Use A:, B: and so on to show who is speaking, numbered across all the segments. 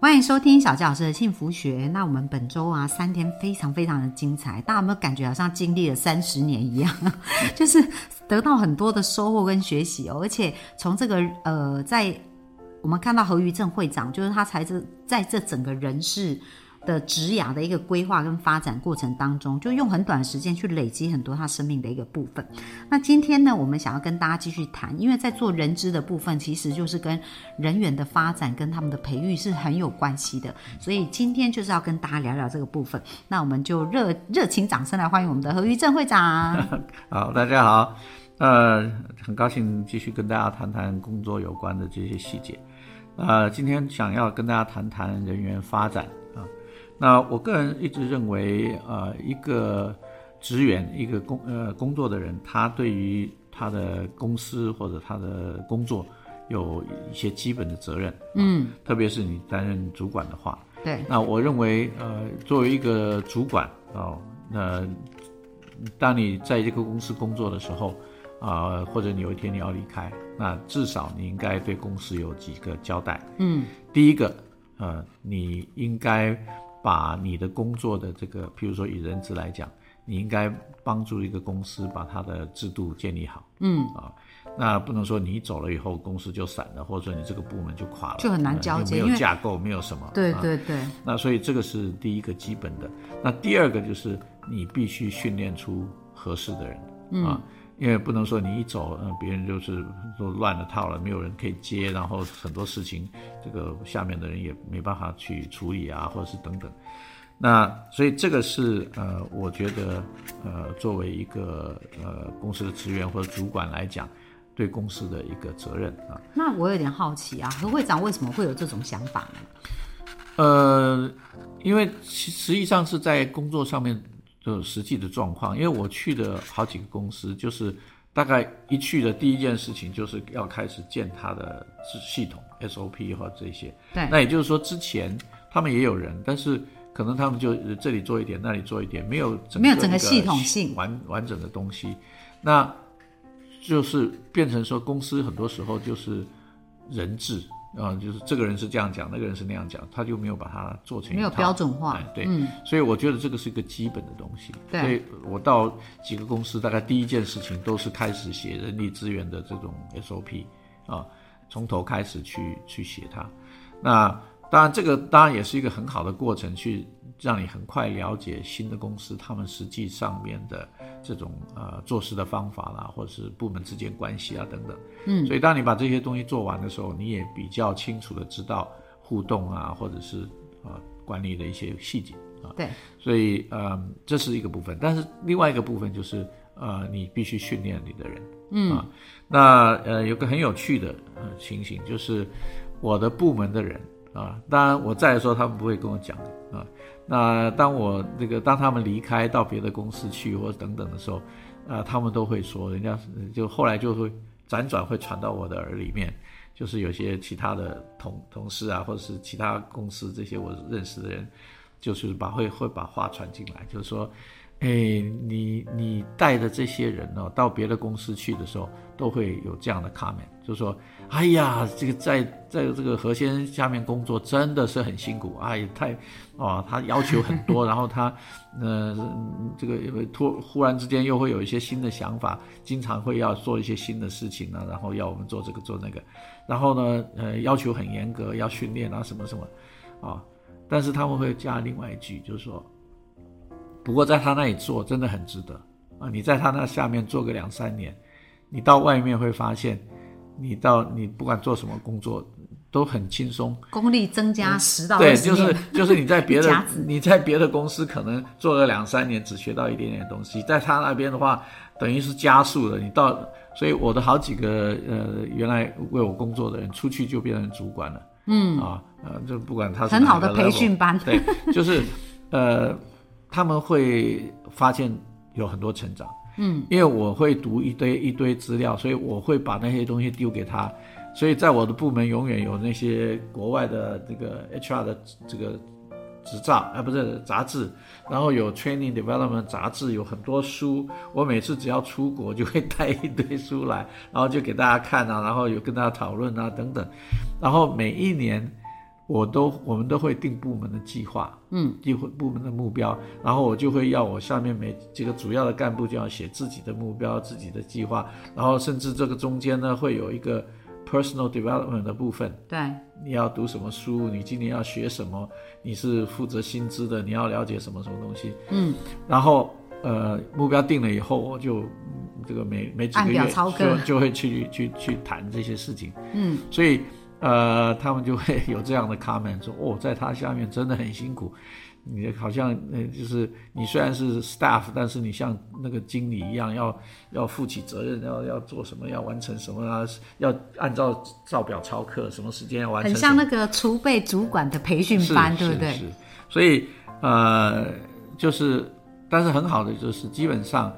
A: 欢迎收听小纪老师的幸福学。那我们本周啊，三天非常非常的精彩，大家有没有感觉好像经历了三十年一样？就是得到很多的收获跟学习哦，而且从这个呃，在我们看到何于正会长，就是他才是在这整个人事的职涯的一个规划跟发展过程当中，就用很短的时间去累积很多他生命的一个部分。那今天呢，我们想要跟大家继续谈，因为在做人资的部分，其实就是跟人员的发展跟他们的培育是很有关系的，所以今天就是要跟大家聊聊这个部分。那我们就热热情掌声来欢迎我们的何于正会长。
B: 好，大家好，呃，很高兴继续跟大家谈谈工作有关的这些细节。呃，今天想要跟大家谈谈人员发展啊。那我个人一直认为，呃，一个职员，一个工呃工作的人，他对于他的公司或者他的工作有一些基本的责任，啊
A: 嗯，
B: 特别是你担任主管的话，
A: 对，
B: 那我认为，呃，作为一个主管哦，那当你在这个公司工作的时候，啊、或者你有一天你要离开，那至少你应该对公司有几个交代。
A: 嗯
B: 第一个，呃，你应该把你的工作的这个，譬如说以人资来讲，你应该帮助一个公司把它的制度建立好。啊
A: 嗯，
B: 那不能说你走了以后公司就散了，或者说你这个部门就垮了，
A: 就很难
B: 呃
A: 交接
B: 没
A: 因
B: 有
A: 为
B: 架构，没有什么。
A: 对
B: 啊
A: 对对，
B: 那所以这个是第一个基本的。那第二个就是你必须训练出合适的人、啊，因为不能说你一走，嗯、别人就是都乱了套了，没有人可以接，然后很多事情这个下面的人也没办法去处理啊，或者是等等。那所以这个是呃，我觉得呃，作为一个呃公司的职员或者主管来讲，对公司的一个责任啊。
A: 那我有点好奇啊，何会长为什么会有这种想法呢？
B: 呃，因为其实际上是在工作上面的实际的状况，因为我去的好几个公司，就是大概一去的第一件事情就是要开始建它的系统 SOP 或这些。
A: 对，
B: 那也就是说，之前他们也有人，但是可能他们就呃这里做一点，那里做一点，没有整
A: 没有整个
B: 个
A: 系统性
B: 完完整的东西，那就是变成说公司很多时候就是人治啊、就是这个人是这样讲，那个人是那样讲，他就没有把它做成一
A: 没有
B: 套
A: 标准化
B: 哎，对，
A: 嗯
B: 所以我觉得这个是一个基本的东西。
A: 对
B: 所以我到几个公司，大概第一件事情都是开始写人力资源的这种 SOP 啊，从头开始去去写它。那当然，这个当然也是一个很好的过程，去让你很快了解新的公司他们实际上面的这种呃做事的方法啦，或者是部门之间关系啊等等。
A: 嗯
B: 所以当你把这些东西做完的时候，你也比较清楚的知道互动啊，或者是啊、呃管理的一些细节啊。
A: 对，
B: 所以呃，这是一个部分，但是另外一个部分就是呃，你必须训练你的人。
A: 嗯
B: 啊，那呃，有个很有趣的呃情形，就是我的部门的人啊，当然我在的时候他们不会跟我讲啊。那当我这个当他们离开到别的公司去或等等的时候，啊，他们都会说，人家就后来就会辗转会传到我的耳里面，就是有些其他的同同事啊，或者是其他公司这些我认识的人，就是把会会把话传进来，就是说，哎，你你带的这些人哦，到别的公司去的时候，都会有这样的 comment，就是说，哎呀，这个在在这个何先生下面工作真的是很辛苦，哎，太哦，他要求很多，然后他呃，这个突忽然之间又会有一些新的想法，经常会要做一些新的事情啊，然后要我们做这个做那个，然后呢，呃，要求很严格，要训练啊，什么什么，啊，但是他们会加另外一句，就是说，不过在他那里做真的很值得啊！你在他那下面做个两三年，你到外面会发现，你到你不管做什么工作都很轻松。
A: 功力增加十到
B: 嗯对，
A: 二十
B: 就
A: 年，
B: 是就是你在别 的
A: 夹子
B: 你在别的公司可能做了两三年，只学到一点点东西，在他那边的话，等于是加速了。你到，所以我的好几个呃原来为我工作的人出去就变成主管了。嗯啊，呃，就不管他是
A: 很好
B: 哪
A: 的
B: 个
A: 培
B: level
A: 训班。
B: 对，就是呃，他们会发现有很多成长。嗯，因为我会读一堆一堆资料，所以我会把那些东西丢给他，所以在我的部门永远有那些国外的这个 HR 的这个执照啊，不是杂志，然后有 Training Development 杂志，有很多书。我每次只要出国就会 带一堆书来，然后就给大家看啊，然后有跟大家讨论啊等等。然后每一年我都我们都会定部门的计划，
A: 嗯，
B: 定会部门的目标，然后我就会要我下面每几个主要的干部就要写自己的目标、自己的计划，然后甚至这个中间呢会有一个 personal development 的部分，
A: 对，
B: 你要读什么书，你今年要学什么，你是负责薪资的，你要了解什么什么东西，
A: 嗯，
B: 然后呃目标定了以后，我就嗯这个每每几个
A: 按表
B: 月
A: 操课
B: 就就会去去去谈这些事情，
A: 嗯，
B: 所以呃他们就会有这样的 comment 说，哦，在他下面真的很辛苦。你好像呃，就是你虽然是 staff，但是你像那个经理一样，要要负起责任，要要做什么，要完成什么啊，要按照照表操课，什么时间要完成
A: 很
B: 什
A: 像
B: 么
A: 那个储备主管的培训
B: 是
A: 班，
B: 是
A: 对不对？
B: 是，所以呃，就是，但是很好的就是，基本上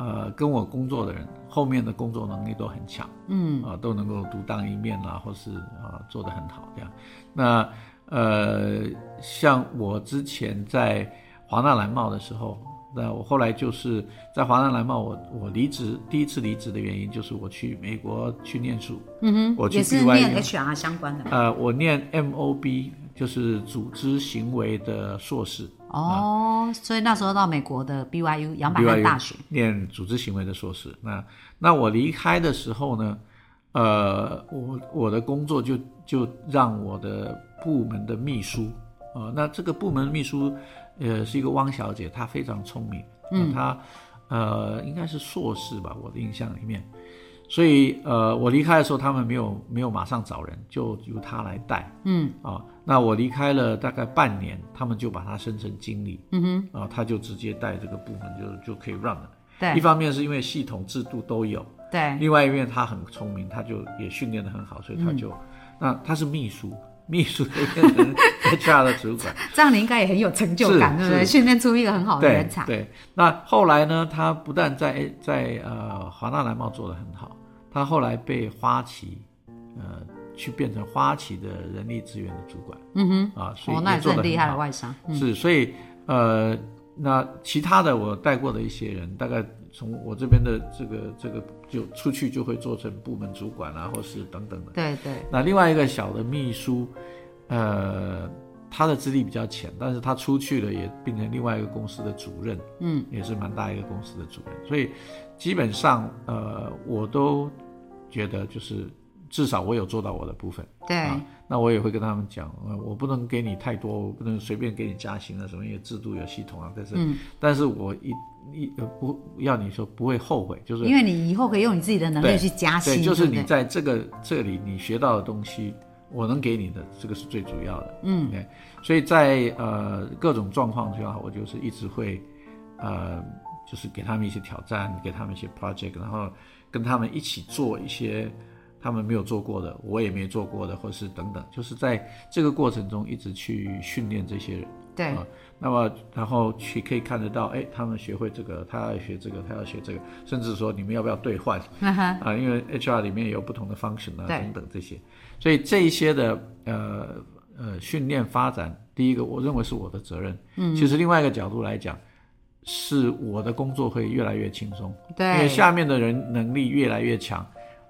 B: 呃，跟我工作的人后面的工作能力都很强，
A: 嗯，
B: 啊、都能够独当一面啦，或是啊、做得很好这样。那呃，像我之前在华纳蓝帽的时候。那我后来就是在华纳蓝帽我，我离职第一次离职的原因就是我去美国去念书，
A: 嗯哼，
B: 我去
A: 也是
B: BYU
A: 念 HR 相关的嘛。
B: 呃，我念 MOB，就是组织行为的硕士，
A: 哦，所以那时候到美国的 BYU 杨百翰大学，
B: 念组织行为的硕士。那那我离开的时候呢，呃，我我的工作就就让我的部门的秘书，呃，那这个部门秘书，呃，是一个汪小姐，她非常聪明，嗯，她呃应该是硕士吧，我的印象里面。所以，呃，我离开的时候，他们没有没有马上找人，就由她来带。
A: 嗯
B: 啊，那我离开了大概半年，他们就把他升成经理，
A: 嗯哼，
B: 啊，他就直接带这个部门就就可以 run 了。一
A: 对
B: 方面是因为系统制度都有，
A: 对，嗯
B: 另外一面他很聪明，他就也训练得很好，所以他就，那他是秘书，秘书就变 成 HR 的主管，
A: 这样你应该也很有成就感，
B: 是
A: 对不对？
B: 是
A: 训练出一个很好的
B: 对
A: 人才，
B: 对，那后来呢？他不但在在呃华纳蓝帽做得很好，他后来被花旗，呃，去变成花旗的人力资源的主管。嗯哼，啊，所以
A: 哦，那也是
B: 做得
A: 很厉害
B: 好
A: 的外商，
B: 是，所以呃，那其他的我带过的一些人，大概从我这边的这个这个就出去就会做成部门主管啊，或是等等的。
A: 对对，
B: 那另外一个小的秘书，呃，他的资历比较浅，但是他出去了也变成另外一个公司的主任，
A: 嗯，
B: 也是蛮大一个公司的主任，所以基本上呃，我都觉得就是至少我有做到我的部分。
A: 对
B: 啊，那我也会跟他们讲，呃，我不能给你太多，我不能随便给你加薪啊，什么有制度有系统啊，但是，
A: 嗯
B: 但是我一一呃不要你说不会后悔，就是
A: 因为你以后可以用你自己的能力
B: 对
A: 去加薪，
B: 对，就是
A: 不
B: 你在这个这里你学到的东西，我能给你的这个是最主要的，
A: 嗯
B: 对，所以在呃各种状况之下，我就是一直会，呃，就是给他们一些挑战，给他们一些 project，然后跟他们一起做一些他们没有做过的，我也没做过的，或是等等，就是在这个过程中一直去训练这些人。
A: 对
B: 啊那么，然后去可以看得到，哎，他们学会这个，他要学这个，他要学这个，甚至说你们要不要兑换？
A: 嗯哼
B: 啊，因为 HR 里面有不同的 function 啊
A: 对
B: 等等这些，所以这一些的呃呃训练发展，第一个我认为是我的责任，嗯，其实另外一个角度来讲，是我的工作会越来越轻松，因为
A: 对，
B: 下面的人能力越来越强，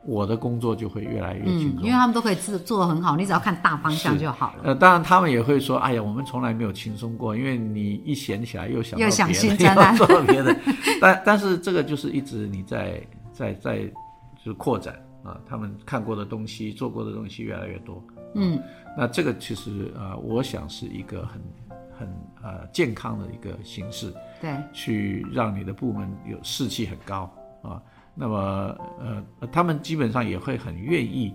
B: 我的工作就会越来越轻
A: 嗯，因为
B: 松。
A: 他们都可以自做的很好，你只要看大方向就好了。
B: 呃，当然他们也会说，哎呀，我们从来没有轻松过，因为你一闲起来又想到
A: 又想
B: 别的
A: 新增啊
B: 又做别的，但但是这个就是一直你在在在就是扩展啊，他们看过的东西、做过的东西越来越多。啊
A: 嗯，
B: 那这个其实呃，我想是一个很很呃健康的一个形式，
A: 对，
B: 去让你的部门有士气很高啊。那么呃，他们基本上也会很愿意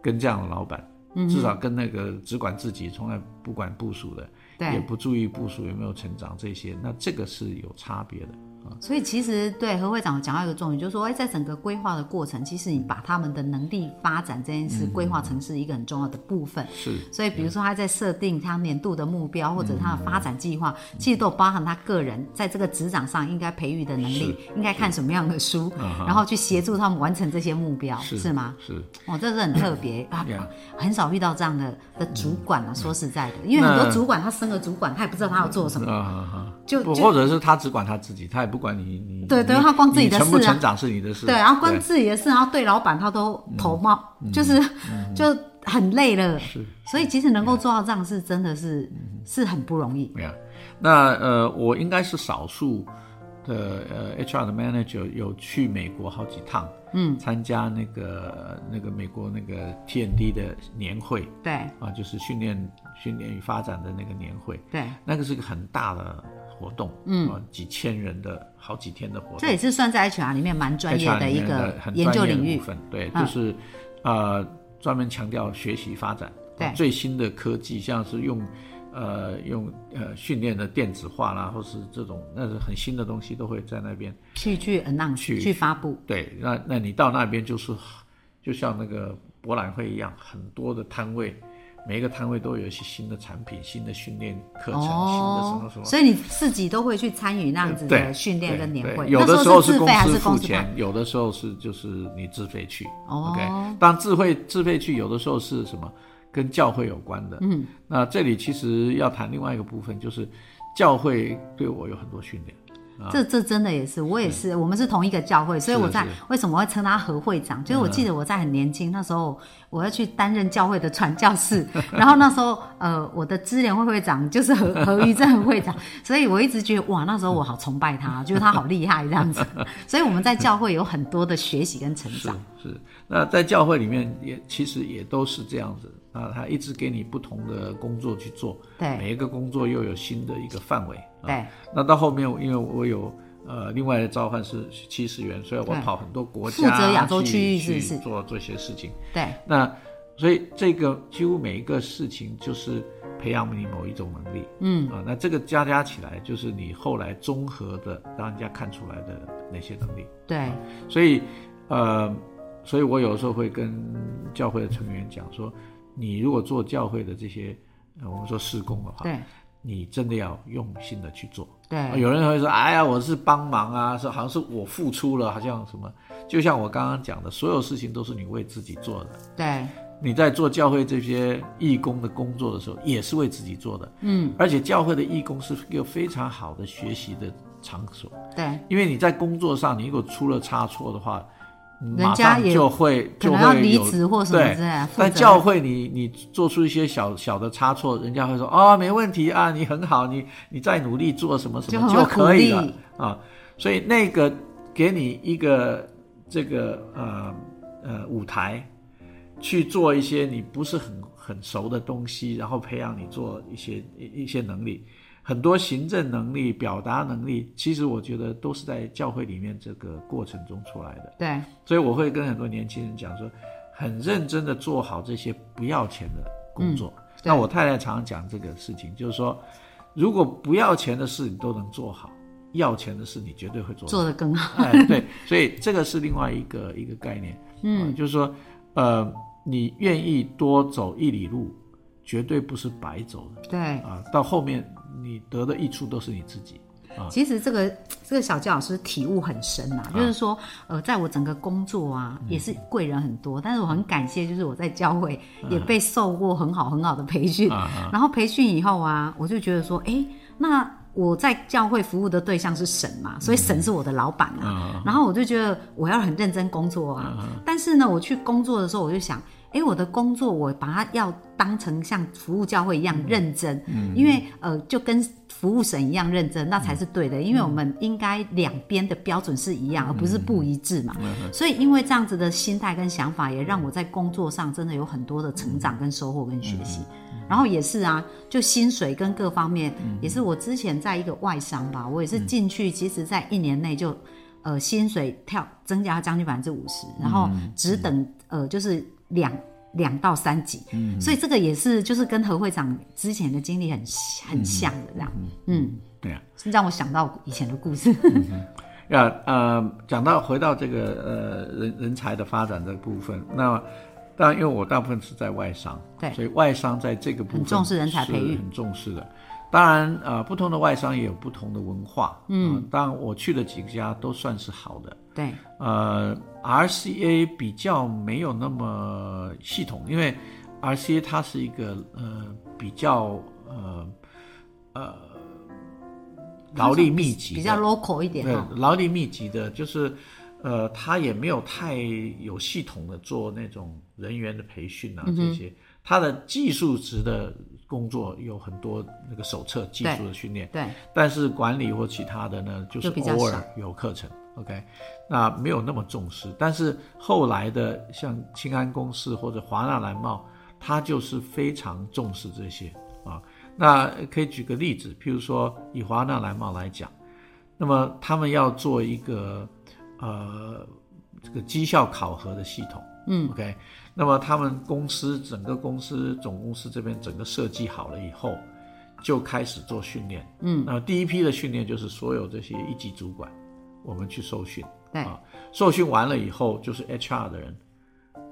B: 跟这样的老板，
A: 嗯
B: 至少跟那个只管自己、从来不管部署的，
A: 对
B: 也不注意部署有没有成长这些，那这个是有差别的。啊。
A: 所以其实对何会长讲到一个重点，就是说，哎，在整个规划的过程，其实你把他们的能力发展这件事
B: 嗯
A: 规划成是一个很重要的部分。
B: 是，
A: 所以，比
B: 嗯
A: 如说他在设定他年度的目标或者他的发展计划，
B: 嗯
A: 其实都有包含他个人在这个职场上应该培育的能力，应该看什么样的书，然后去协助他们完成这些目标，
B: 啊是
A: 是吗？
B: 是，
A: 哦，这是很特别啊
B: 嗯 Yeah 嗯
A: 很少遇到这样的的主管啊。说实在的，因为很多
B: 那
A: 主管他升了主管，他也不知道他要做什么。
B: 啊哈哈，
A: 就
B: 不
A: 就
B: 或者是他只管他自己，他也不管你你
A: 对对
B: 你
A: 他光自己的
B: 你成不
A: 事啊
B: 成长是你的事，
A: 对，然后光
B: 对嗯
A: 自己的事，然后对老板他都头冒，就是、就很累了。
B: 是
A: 所以其实能够做到这样是真的是、
B: 嗯
A: 是很不容易。
B: 对呀，那呃，我应该是少数的呃 HR 的 manager 有去美国好几趟，嗯，参加那个那个美国那个 TND 的年会
A: 对
B: 啊，就是训练训练与发展的那个年会，
A: 对，
B: 那个是一个很大的活动，嗯，啊，几千人的好几天的活动
A: 这，也是算在 HR 里面蛮专业
B: HR
A: 的
B: 里
A: 一
B: 面
A: 个
B: 很
A: 研究
B: 专业的
A: 领域
B: 部。分，对，
A: 嗯
B: 就是呃专门强调学习发展，啊
A: 对
B: 最新的科技，像是用呃用呃训练的电子化啦，或是这种那是很新的东西，都会在那边。
A: 去去 announce 去
B: 去
A: 发布，
B: 对，那那你到那边就是就像那个博览会一样，很多的摊位。每一个摊位都有一些新的产品、新的训练课程、新的什么什么，
A: 哦所以你自己都会去参与那样子的
B: 对，
A: 训练
B: 对
A: 跟年
B: 对
A: 会。
B: 有
A: 那
B: 的
A: 时
B: 候
A: 是自
B: 公
A: 费还
B: 司
A: 是公
B: 付
A: 司办？
B: 钱，有的时候是就是你自费去。
A: 哦
B: OK，当然自费自费去，有的时候是什么跟教会有关的。嗯，那这里其实要谈另外一个部分，就是教会对我有很多训练。
A: 这这真的也是，我也是，我们是同一个教会，所以
B: 啊是啊
A: 我在
B: 是嗯
A: 为什么会称他何会长？就是我记得我在很年轻那时候，我要去担任教会的传教士，然后那时候呃，我的支联会会长就是何何于正会长，所以我一直觉得哇，那时候我好崇拜他，觉得他好厉害这样子， 所以我们在教会有很多的学习跟成
B: 是
A: 长。
B: 是，那在教会里面也其实也都是这样子。那他一直给你不同的工作去做，
A: 对
B: 每一个工作又有新的一个范围。啊
A: 对，
B: 那到后面我，因为我有呃另外的召唤是七十元，所以我
A: 对
B: 跑很多国家
A: 嗯负责亚洲
B: 去
A: 区域是不是
B: 去做这些事情。
A: 对
B: 那所以这个几乎每一个事情就是培养你某一种能力，嗯啊，那这个加加起来就是你后来综合的让人家看出来的那些能力。
A: 对
B: 所以，呃，所以我有时候会跟教会的成员讲说，你如果做教会的这些，呃，我们说施工的话，
A: 对
B: 你真的要用心的去做。
A: 对
B: 有人会说，哎呀，我是帮忙啊，是好像是我付出了，好像什么，就像我刚刚讲的，所有事情都是你为自己做的。
A: 对
B: 你在做教会这些义工的工作的时候，也是为自己做的，嗯，而且教会的义工是一个非常好的学习的场所，
A: 对，
B: 因为你在工作上，你如果出了差错的话，
A: 人
B: 马
A: 家
B: 上
A: 也
B: 就会
A: 可
B: 就
A: 能要
B: 会
A: 离
B: 有
A: 职或什么
B: 对
A: 之类的负责
B: 但教会你你做出一些小小的差错，人家会说哦没问题啊，你很好，你你再努力做什么什
A: 就
B: 么
A: 很
B: 就
A: 会鼓
B: 可以了
A: 励
B: 啊。所以那个给你一个这个呃呃舞台，去做一些你不是很很熟的东西，然后培养你做一些一一些能力，很多行政能力、表达能力，其实我觉得都是在教会里面这个过程中出来的。
A: 对
B: 所以我会跟很多年轻人讲说，很认真的做好这些不要钱的工作。那我太太常常讲这个事情，就是说，如果不要钱的事你都能做好，要钱的事你绝对会做
A: 做得更好。
B: 哎，对，所以这个是另外一个一个概念，嗯、就是说，呃，你愿意多走一里路，绝对不是白走的
A: 对，
B: 啊、到后面你得的益处都是你自己，
A: 其实这个这个小纪老师体悟很深呐、就是说，呃，在我整个工作啊，也是贵人很多，但是我很感谢，就是我在教会也被受过很好很好的培训，然后培训以后啊，我就觉得说，哎，那。我在教会服务的对象是神嘛，所以神是我的老板啊。然后我就觉得我要很认真工作啊。但是呢，我去工作的时候，我就想，哎，我的工作我把它要当成像服务教会一样认真，因为呃，就跟服务神一样认真，那才是对的。因为我们应该两边的标准是一样，而不是不一致嘛。所以，因为这样子的心态跟想法，也让我在工作上真的有很多的成长、跟收获、跟学习。然后也是啊，就薪水跟各方面，也是我之前在一个外商吧，我也是进去，其实在一年内就。呃，薪水跳增加将近百分之五十，
B: 嗯
A: 然后只等、呃，就是两两到三级，所以这个也是就是跟何会长之前的经历很很像的这样，嗯，
B: 对啊，
A: 是让我想到以前的故 事。
B: 要呃，讲到回到这个呃人人才的发展这个部分，那当然因为我大部分是在外商，
A: 对
B: 所以外商在这个部分
A: 很重视人才培育
B: 是很重视的。当然，呃，不同的外商也有不同的文化，嗯，当然我去了几家都算是好的，
A: 对，
B: 呃，RCA 比较没有那么系统，因为 RCA 它是一个呃比较呃呃劳力密集的，
A: 比较 local 一点啊
B: 对
A: 哈。
B: 劳力密集的，就是呃，他也没有太有系统的做那种人员的培训啊、这些，他的技术值的工作有很多那个手册技术的训练，
A: 对，
B: 但是管理或其他的呢，就是
A: 就比较
B: 偶尔
A: 少
B: 有课程。OK，那没有那么重视，但是后来的像清安公司或者华纳蓝帽，它就是非常重视这些啊。那可以举个例子，譬如说以华纳蓝帽来讲，那么他们要做一个呃这个绩效考核的系统，嗯，OK，那么他们公司整个公司总公司这边整个设计好了以后，就开始做训练，嗯，那么第一批的训练就是所有这些一级主管，我们去受训，
A: 对
B: 啊，受训完了以后就是 HR 的人，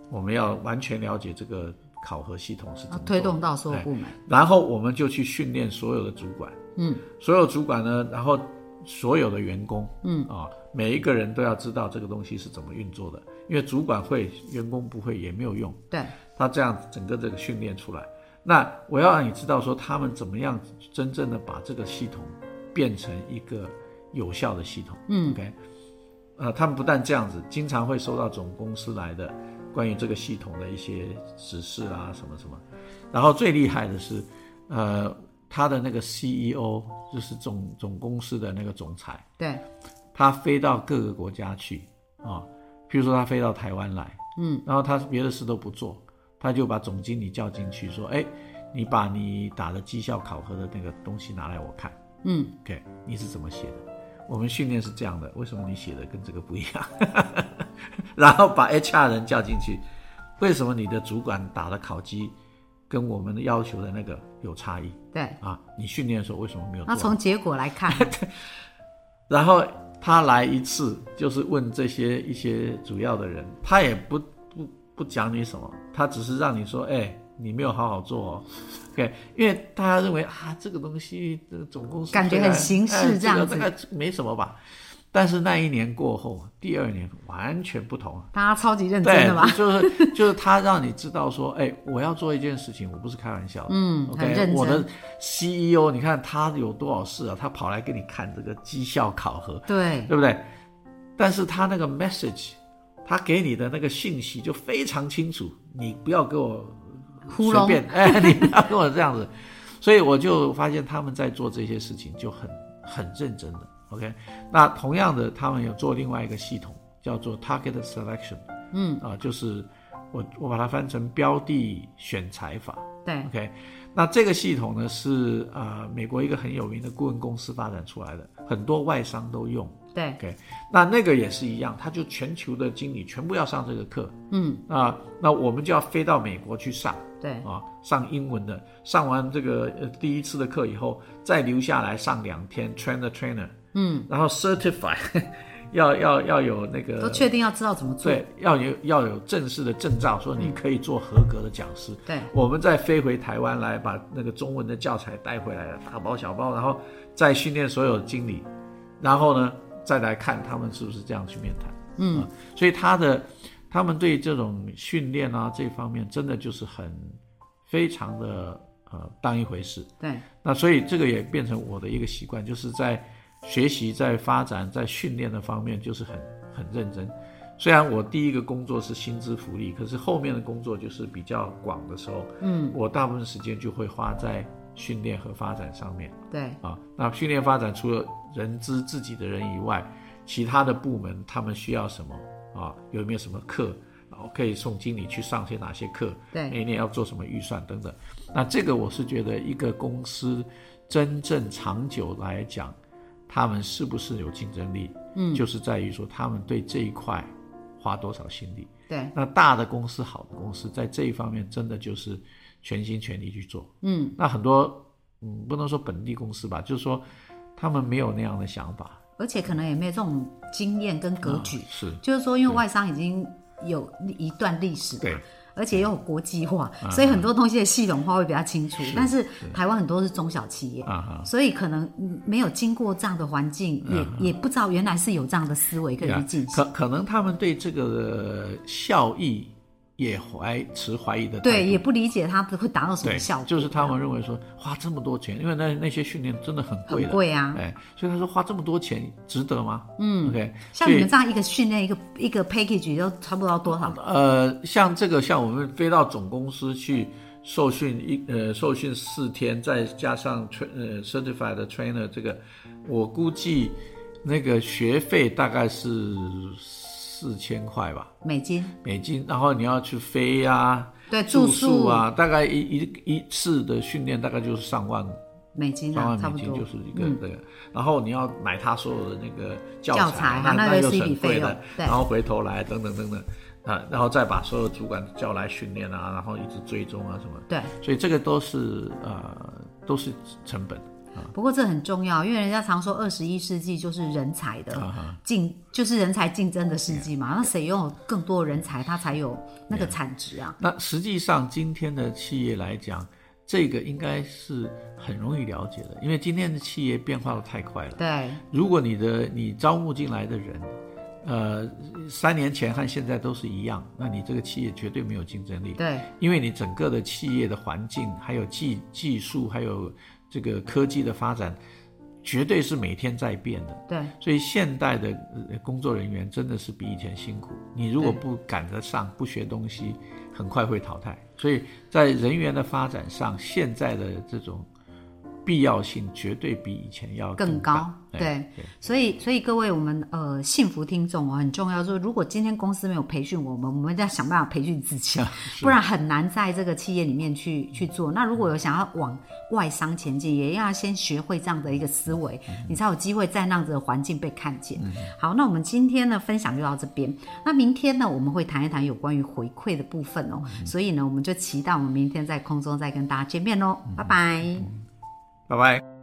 B: 我们要完全了解这个考核系统是怎么
A: 要
B: 做的
A: 哦推动到所有
B: 哎
A: 部门。
B: 然后我们就去训练所有的主管，
A: 嗯，
B: 所有主管呢，然后所有的员工，
A: 嗯
B: 啊，每一个人都要知道这个东西是怎么运作的，因为主管会，员工不会也没有用，
A: 对，
B: 他这样整个这个训练出来。那我要让你知道说他们怎么样真正的把这个系统变成一个有效的系统，嗯，OK，呃，他们不但这样子，经常会收到总公司来的关于这个系统的一些指示啊，什么什么。然后最厉害的是，呃，他的那个 CEO 就是总总公司的那个总裁，
A: 对，
B: 他飞到各个国家去啊，譬如说他飞到台湾来，嗯，然后他别的事都不做，他就把总经理叫进去说，哎，你把你打的绩效考核的那个东西拿来我看
A: 嗯，
B: ，OK，你是怎么写的？我们训练是这样的，为什么你写的跟这个不一样？ 然后把 HR 人叫进去，为什么你的主管打的考绩跟我们的要求的那个有差异
A: 对。
B: 啊？你训练的时候为什么没有做
A: 那
B: 到？
A: 从结果来看，
B: 然后他来一次，就是问这些一些主要的人，他也不不不讲你什么，他只是让你说，哎，你没有好好做哦。OK，因为大家认为啊，这个东西，这个总公司
A: 感觉
B: 虽然
A: 很形式
B: 哎
A: 这样子
B: 这个大概没什么吧。但是那一年过后，第二年完全不同了。啊
A: 大家超级认 真
B: 对
A: 的嘛，，
B: 就是就是他让你知道说，哎，我要做一件事情，我不是开玩笑的。
A: 嗯很认真
B: OK，我的 CEO，你看他有多少事啊？他跑来给你看这个绩效考核，
A: 对，
B: 对不对？但是他那个 message，他给你的那个信息就非常清楚，你不要给我
A: 窟
B: 随
A: 窿，
B: 便， 哎，你不要跟我这样子。所以我就发现他们在做这些事情就很很认真的。OK，那同样的，他们有做另外一个系统叫做 Target Selection，嗯，啊、就是我我把它翻成标的选材法。
A: 对，
B: OK，那这个系统呢是呃美国一个很有名的顾问公司发展出来的，很多外商都用。
A: 对，
B: OK，那那个也是一样，他就全球的经理全部要上这个课
A: 嗯，
B: 啊、那我们就要飞到美国去上。
A: 对，
B: 啊，上英文的，上完这个呃第一次的课以后，再留下来上两天 train the trainer，嗯，然后 certify，要 要要有那
A: 都
B: 个
A: 确定要知道怎么做，
B: 呃对，要有要有正式的证照，说
A: 嗯
B: 你可以做合格的讲师。
A: 对，
B: 我们再飞回台湾来，把那个中文的教材带回来了，大包小包，然后再训练所有经理，然后呢，再来看他们是不是这样去面谈。嗯、所以他的他们对这种训练啊这方面，真的就是很非常的呃当一回事。
A: 对，
B: 那所以这个也变成我的一个习惯，就是在学习、在发展、在训练的方面，就是很很认真。虽然我第一个工作是薪资福利，可是后面的工作就是比较广的时候，嗯，我大部分时间就会花在训练和发展上面
A: 对，
B: 啊。那训练发展除了人资自己的人以外，其他的部门他们需要什么啊？有没有什么课？然后可以送经理去上些哪些课？
A: 对，
B: 每年要做什么预算等等。那这个我是觉得一个公司真正长久来讲，他们是不是有竞争力，嗯，就是在于说他们对这一块花多少心力。
A: 对，
B: 那大的公司、好的公司在这一方面真的就是全心全力去做。
A: 嗯，
B: 那很多嗯，不能说本地公司吧，就是说他们没有那样的想法，
A: 而且可能也没有这种经验跟格局。
B: 啊是
A: 就是说，因为外商已经有一段历史
B: 对啊
A: 嘛，而且又有国际化，所以很多东西的系统化会比较清楚。但是台湾很多是中小企业，
B: 啊哈。
A: 所以可能嗯没有经过这样的环境，也也不知道原来是有这样的思维可以去进行。
B: 可可能他们对这个效益也怀持怀疑的态度，
A: 对，也不理解它会达到什么
B: 对
A: 效，果，
B: 就是他们认为说花这么多钱，因为那那些训练真的很贵
A: 很
B: 的，
A: 贵啊。
B: 哎，所以他说花这么多钱值得吗？嗯，OK，
A: 像
B: 所
A: 你
B: 以
A: 们这样一个训练，一个一个 package 都差不多要多少？
B: 呃，像这个，像我们飞到总公司去受训一呃受训四天，再加上 tra- 呃 certified trainer 这个，我估计那个学费大概是四千块吧
A: 美金？
B: 美金，然后你要去飞呀、
A: 对，
B: 住
A: 宿
B: 宿，啊，大概一一一次的训练大概就是上万
A: 美金
B: 上
A: 啊，
B: 万
A: 差
B: 美
A: 不
B: 金
A: 多
B: 就是一个这个，然后你要买他所有的那个教
A: 教
B: 材
A: 材，
B: 那
A: 啊那
B: 那
A: 又
B: 又
A: 是
B: 是
A: 一笔
B: 很
A: 费
B: 贵
A: 用
B: 的，
A: 对
B: 然后回头来等等等等啊，然后再把所有主管叫来训练啊，然后一直追踪啊什么，
A: 对。
B: 所以这个都是呃都是成本
A: 不过这很重要，因为人家常说二十一世纪就是人才的竞，就是人才竞争的世纪嘛。那谁拥有更多人才，他才有那个产值啊。
B: 那实际上，今天的企业来讲，这个应该是很容易了解的，因为今天的企业变化的太快了。
A: 对，
B: 如果你的你招募进来的人，呃，三年前和现在都是一样，那你这个企业绝对没有竞争力，
A: 对，
B: 因为你整个的企业的环境、还有技技术、还有这个科技的发展，绝对是每天在变的。
A: 对，
B: 所以现代的呃工作人员真的是比以前辛苦。你如果不赶得上，不学东西，很快会淘汰。所以在人员的发展上，现在的这种必要性绝对比以前要
A: 更
B: 大
A: 高。
B: 哎
A: 对，所以所以各位，我们呃幸福听众哦很重要，就是如果今天公司没有培训我们，我们要想办法培训自己，不然很难在这个企业里面去去做。那如果有想要往外商前进，也要先学会这样的一个思维，你才有机会在那样子的环境被看见。好，那我们今天呢分享就到这边，那明天呢我们会谈一谈有关于回馈的部分哦，所哦嗯以呢我们就期待我们明天在空中再跟大家见面喽，拜拜。
B: 拜拜。